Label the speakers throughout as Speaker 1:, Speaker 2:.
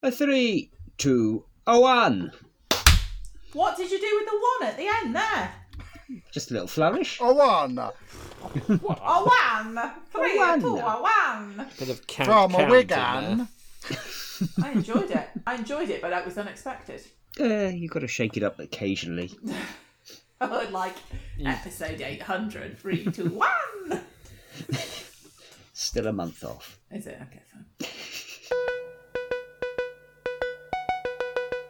Speaker 1: A three, two, a one.
Speaker 2: What did you do with the one at the end there?
Speaker 1: Just a little flourish.
Speaker 3: A one.
Speaker 2: A one, three,
Speaker 1: one.
Speaker 2: a two, a one.
Speaker 4: Bit of count,
Speaker 3: From a
Speaker 4: count in
Speaker 3: Wigan.
Speaker 4: there.
Speaker 2: I enjoyed it. I enjoyed it, but that was unexpected.
Speaker 1: Uh, you got to shake it up occasionally.
Speaker 2: Unlike episode 800, three, two, one.
Speaker 1: Still a month off.
Speaker 2: Is it? Okay, fine.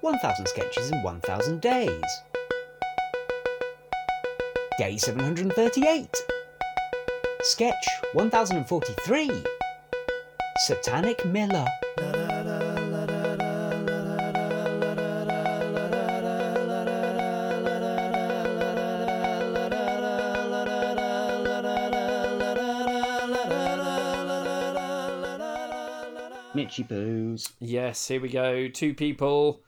Speaker 4: 1,000 sketches in 1,000 days. Day 738. Sketch 1043. Satanic Miller.
Speaker 1: Mitchy Boos.
Speaker 4: Yes, here we go. Two people.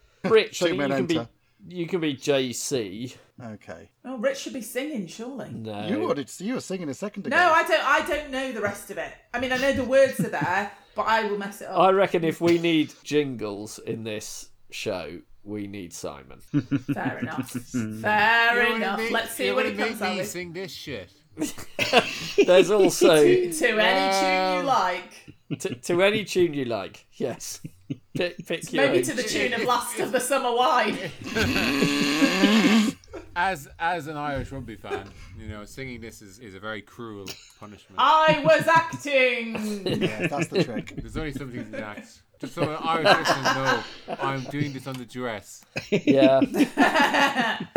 Speaker 4: Rich,
Speaker 3: Two
Speaker 4: I think you
Speaker 3: men
Speaker 4: can
Speaker 3: enter.
Speaker 4: be you can be JC.
Speaker 3: Okay.
Speaker 2: Oh, Rich should be singing, surely.
Speaker 4: No.
Speaker 3: You ordered. You were singing a second ago.
Speaker 2: No, I don't. I don't know the rest of it. I mean, I know the words are there, but I will mess it up.
Speaker 4: I reckon if we need jingles in this show, we need Simon.
Speaker 2: Fair enough. Fair
Speaker 5: You wanna
Speaker 2: enough.
Speaker 5: make-
Speaker 2: Let's see
Speaker 5: you
Speaker 2: what
Speaker 5: wanna
Speaker 2: it comes
Speaker 5: make
Speaker 2: out
Speaker 5: me
Speaker 2: with.
Speaker 5: sing this shit.
Speaker 4: There's also
Speaker 2: To, to any tune you
Speaker 5: Um,
Speaker 2: like.
Speaker 4: to, to any tune you like. Yes. Pick, pick your
Speaker 2: Maybe
Speaker 4: own
Speaker 2: to the
Speaker 4: tune.
Speaker 2: tune of Last of the Summer Wine.
Speaker 5: As as an Irish rugby fan, you know, singing this is, is a very cruel punishment.
Speaker 2: I was acting.
Speaker 3: Yeah, that's the trick.
Speaker 5: There's only some things in the act. Just so an Irish listeners know, I'm doing this under duress.
Speaker 4: Yeah.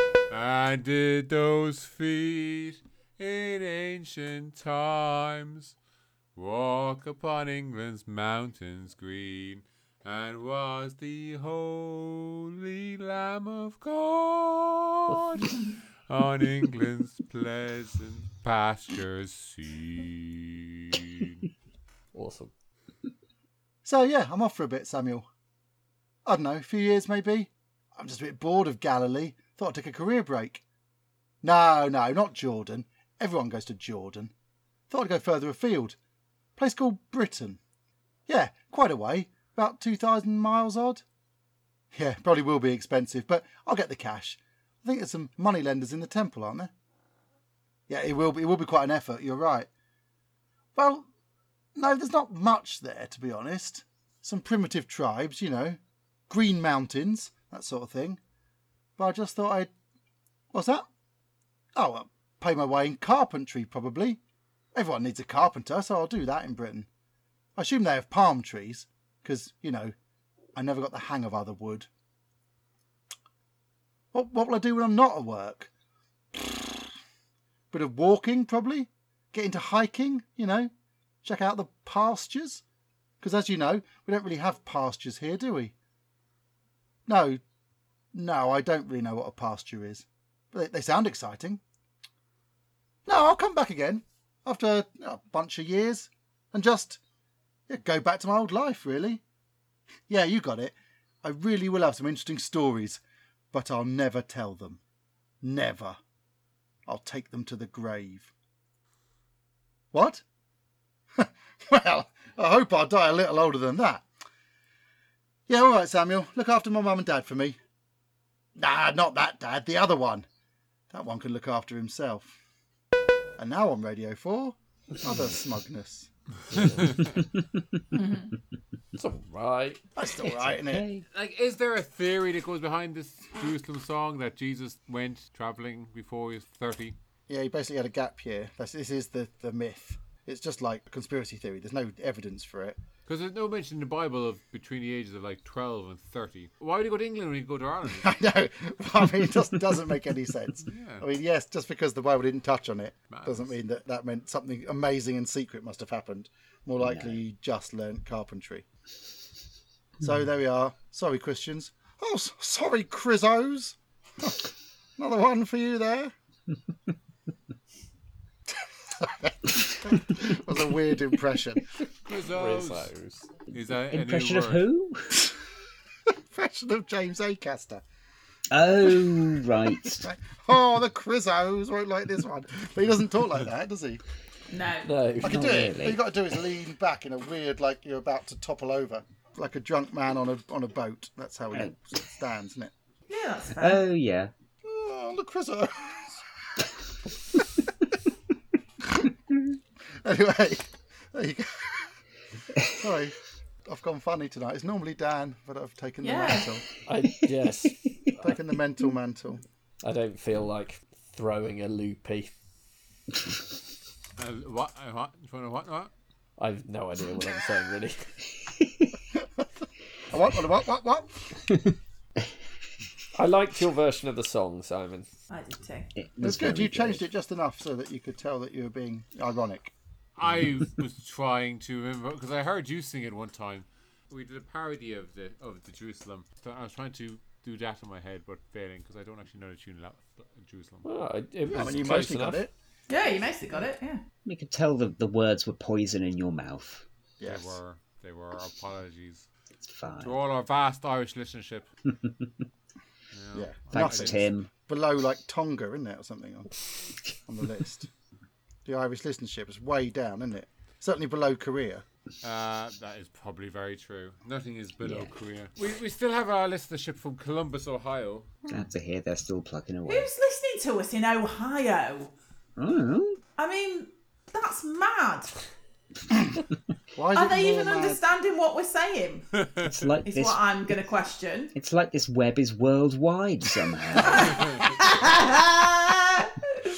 Speaker 5: And did those feet in ancient times walk upon England's mountains green? And was the holy Lamb of God on England's pleasant pastures seen?
Speaker 4: Awesome.
Speaker 3: So yeah, I'm off for a bit, Samuel. I don't know, a few years maybe. I'm just a bit bored of Galilee. Thought I'd take a career break. No, no, not Jordan. Everyone goes to Jordan. Thought I'd go further afield. Place called Britain. Yeah, quite a way. About 2,000 miles odd. Yeah, probably will be expensive, but I'll get the cash. I think there's some money lenders in the temple, aren't there? Yeah, it will be, it will be quite an effort, you're right. Well, no, there's not much there, to be honest. Some primitive tribes, you know, green mountains, that sort of thing. But I just thought I'd. What's that? Oh, well, pay my way in carpentry, probably. Everyone needs a carpenter, so I'll do that in Britain. I assume they have palm trees, because, you know, I never got the hang of other wood. What, what will I do when I'm not at work? Bit of walking, probably. Get into hiking, you know, check out the pastures? Because as you know, we don't really have pastures here, do we? No, no, I don't really know what a pasture is. But they, they sound exciting. No, I'll come back again after you know, a bunch of years and just yeah, go back to my old life, really. Yeah, you got it. I really will have some interesting stories, but I'll never tell them. Never. I'll take them to the grave. What? well, I hope I'll die a little older than that. Yeah, all right, Samuel. Look after my mum and dad for me. Nah, not that dad, the other one. That one can look after himself. And now on Radio 4, other smugness.
Speaker 4: It's all right.
Speaker 3: That's all right, isn't it?
Speaker 5: Like, is there a theory that goes behind this Jerusalem song that Jesus went traveling before he was 30?
Speaker 3: Yeah, he basically had a gap year. That's, this is the, the myth. It's just like a conspiracy theory. There's no evidence for it.
Speaker 5: Because there's no mention in the Bible of between the ages of like 12 and 30. Why would he go to England when he could go to Ireland?
Speaker 3: I know. I mean, it just doesn't make any sense. I mean, yes, just because the Bible didn't touch on it doesn't mean that that meant something amazing and secret must have happened. More likely, he just learnt carpentry. So there we are. Sorry, Christians. Oh, s- sorry, Crizzos. Another one for you there. that was a weird impression.
Speaker 5: Grizzos. Is that
Speaker 1: Impression
Speaker 5: a
Speaker 1: of
Speaker 5: new word?
Speaker 1: who?
Speaker 3: Impression of James Acaster.
Speaker 1: Oh, right.
Speaker 3: Oh, the Crizzos won't like this one. But he doesn't talk like that, does he?
Speaker 2: No.
Speaker 4: No.
Speaker 3: I can
Speaker 1: Not
Speaker 3: do it.
Speaker 1: really.
Speaker 3: What you've got to do is lean back in a weird, like you're about to topple over. like a drunk man on a on a boat. That's how it
Speaker 1: Oh.
Speaker 3: stands, isn't it?
Speaker 2: Yeah, that's fair.
Speaker 1: Oh yeah.
Speaker 3: Oh, look, Chris. anyway, there you go. Sorry, I've gone funny tonight. It's normally Dan, but I've taken
Speaker 2: Yeah.
Speaker 3: the mantle.
Speaker 4: I yes,
Speaker 3: Taken the mental mantle.
Speaker 4: I don't feel like throwing a loopy.
Speaker 5: Uh, what? Uh, what? Do you want to what? What?
Speaker 4: I've no idea what I'm saying really.
Speaker 3: Oh, What? What? What? What? what?
Speaker 4: I liked your version of the song, Simon.
Speaker 2: I did too.
Speaker 1: It
Speaker 3: That's
Speaker 1: was
Speaker 3: good.
Speaker 1: very
Speaker 3: You changed it just enough so that you could tell that you were being ironic.
Speaker 5: I was trying to remember because I heard you sing it one time. We did a parody of the of the Jerusalem. So I was trying to do that in my head, but failing because I don't actually know the tune of that- Jerusalem.
Speaker 4: Oh, it- it was
Speaker 3: I mean, you
Speaker 4: close
Speaker 3: mostly got
Speaker 4: enough.
Speaker 3: it.
Speaker 2: Yeah, you mostly got it. Yeah.
Speaker 1: We could tell that the words were poison in your mouth.
Speaker 5: They were. They were. Apologies
Speaker 1: It's fine.
Speaker 5: to
Speaker 3: Oh,
Speaker 5: all our vast Irish listenership.
Speaker 3: Yeah.
Speaker 1: Thanks,
Speaker 3: Nothing.
Speaker 1: Tim.
Speaker 3: Below like Tonga, isn't it, or something on, on the list? The Irish listenership is way down, isn't it? Certainly below Korea.
Speaker 5: Uh, that is probably very true. Nothing is below
Speaker 1: Yeah.
Speaker 5: Korea. We, we still have our listenership from Columbus, Ohio.
Speaker 2: Hmm.
Speaker 1: Glad to hear they're still plucking away.
Speaker 2: Who's listening to us in Ohio?
Speaker 1: Oh,
Speaker 2: I mean, that's mad.
Speaker 3: Why is
Speaker 2: Are
Speaker 3: it
Speaker 2: they
Speaker 3: more
Speaker 2: even
Speaker 3: mad-
Speaker 2: understanding what we're saying?
Speaker 1: it's like
Speaker 2: Is
Speaker 1: this.
Speaker 2: what I'm going to question.
Speaker 1: It's like this web is worldwide somehow. Oh,
Speaker 2: Uh,
Speaker 5: I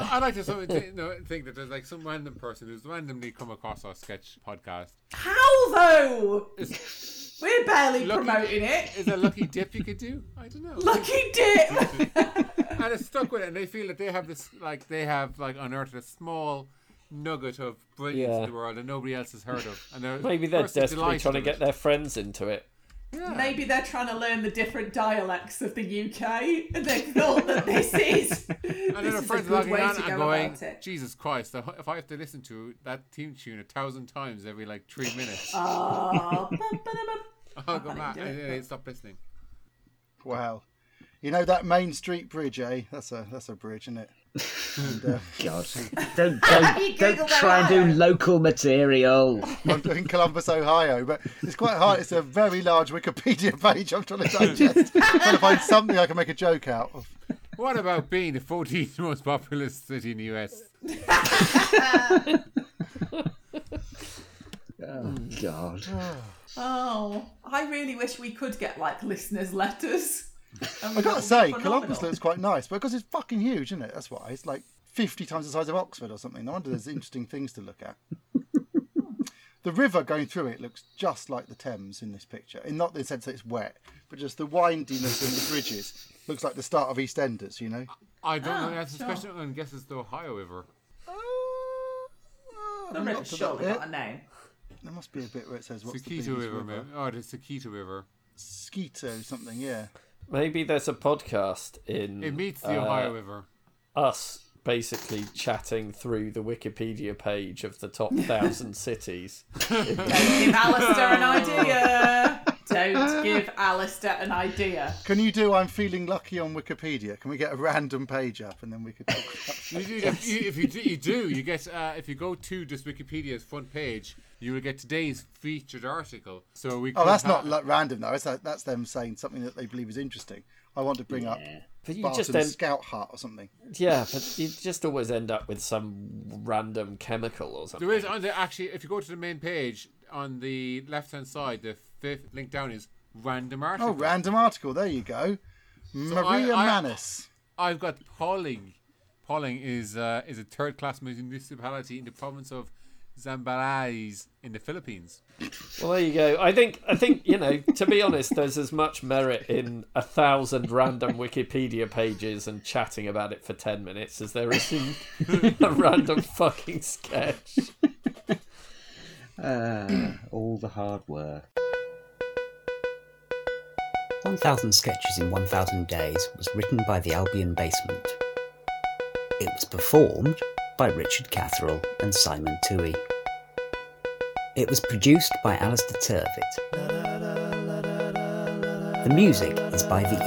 Speaker 5: I like to sort of thi- no, think that there's like some random person who's randomly come across our sketch podcast.
Speaker 2: How though? We're barely
Speaker 5: Lucky-
Speaker 2: promoting it.
Speaker 5: Is there a lucky dip you could do? I don't know.
Speaker 2: Lucky dip.
Speaker 5: and it's stuck with it, and they feel that they have this, like they have like unearthed a small nugget of brilliance
Speaker 4: Yeah.
Speaker 5: in the world that nobody else has heard of, and they're
Speaker 4: Maybe they're
Speaker 5: firstly
Speaker 4: desperately
Speaker 5: delighted
Speaker 4: trying to
Speaker 5: of
Speaker 4: get
Speaker 5: it.
Speaker 4: their friends into it.
Speaker 2: Maybe they're trying to learn the different dialects of the UK, and they thought that this is
Speaker 5: And then
Speaker 2: this
Speaker 5: our
Speaker 2: is a
Speaker 5: friends
Speaker 2: good
Speaker 5: logging
Speaker 2: way
Speaker 5: on
Speaker 2: to
Speaker 5: and
Speaker 2: go
Speaker 5: going,
Speaker 2: about it.
Speaker 5: Jesus Christ, if I- if I have to listen to that team tune a thousand times every like three minutes,
Speaker 2: Oh, bum, bum, bum.
Speaker 5: I'll
Speaker 2: I
Speaker 5: go
Speaker 2: can't
Speaker 5: mad.
Speaker 2: even
Speaker 5: And
Speaker 2: do it.
Speaker 5: then they stop listening.
Speaker 3: Wow. You know that Main Street Bridge, eh? That's a that's a bridge, isn't it?
Speaker 1: God, don't don't,
Speaker 2: Googled Oh.
Speaker 1: don't try and
Speaker 2: Ohio.
Speaker 1: do local material.
Speaker 3: I'm doing Columbus, Ohio, but it's quite hard. It's a very large Wikipedia page. I'm trying to digest. trying to find something I can make a joke out of.
Speaker 5: What about being the 14th most populous city in the US?
Speaker 1: Oh God.
Speaker 2: Oh, I really wish we could get like listeners' letters.
Speaker 3: I gotta say, Columbus looks quite nice, but because it's fucking huge, isn't it? That's why it's like 50 times the size of Oxford or something. No wonder there's interesting things to look at. the river going through it looks just like the Thames in this picture, in not the sense that it's wet, but just the windiness and the bridges looks like the start of EastEnders, you know.
Speaker 5: I don't know
Speaker 2: Ah,
Speaker 5: the answer to this
Speaker 2: sure.
Speaker 5: question. I'm going to guess it's the Ohio River.
Speaker 2: The river's surely got a name.
Speaker 3: There must be a bit where it says what's the biggest
Speaker 5: Sequito River,
Speaker 3: river?
Speaker 5: maybe. Oh, the Sequito River.
Speaker 3: Skeeto something, yeah.
Speaker 4: Maybe there's a podcast in
Speaker 5: It meets the
Speaker 4: uh,
Speaker 5: Ohio River.
Speaker 4: us basically chatting through the Wikipedia page of the top thousand cities.
Speaker 2: Don't give Alistair an idea. Don't give Alistair an idea.
Speaker 3: Can you do I'm feeling lucky on Wikipedia? Can we get a random page up and then we could talk about
Speaker 5: You do get, you, if you do, you do, you get. Uh, if you go to this Wikipedia's front page, you will get today's featured article. So we.
Speaker 3: Oh,
Speaker 5: could
Speaker 3: that's
Speaker 5: have-
Speaker 3: not like, random though. It's that, that's them saying something that they believe is interesting. I want to bring up
Speaker 4: But you
Speaker 3: Barton's
Speaker 4: just end,
Speaker 3: Scout Hut or something.
Speaker 4: yeah, but you just always end up with some random chemical or something.
Speaker 5: There is on the actually, if you go to the main page on the left-hand side, the fifth link down is random article.
Speaker 3: Oh, random article. There you go. Maria
Speaker 5: I- I-
Speaker 3: Manis.
Speaker 5: I've got Pauling. Pauling is uh, is a third-class municipality in the province of Zambales in the Philippines.
Speaker 4: Well, there you go. I think I think you know. To be honest, there's as much merit in a thousand random Wikipedia pages and chatting about it for ten minutes as there is in a random fucking sketch.
Speaker 1: Ah, all the hard work.
Speaker 6: 1000 Sketches in 1000 Days was written by the Albion Basement. It was performed by Richard Catherall and Simon Toohey. It was produced by Alistair Turvitt. The music is by The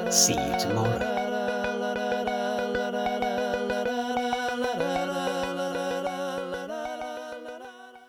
Speaker 6: Evenings. See you tomorrow.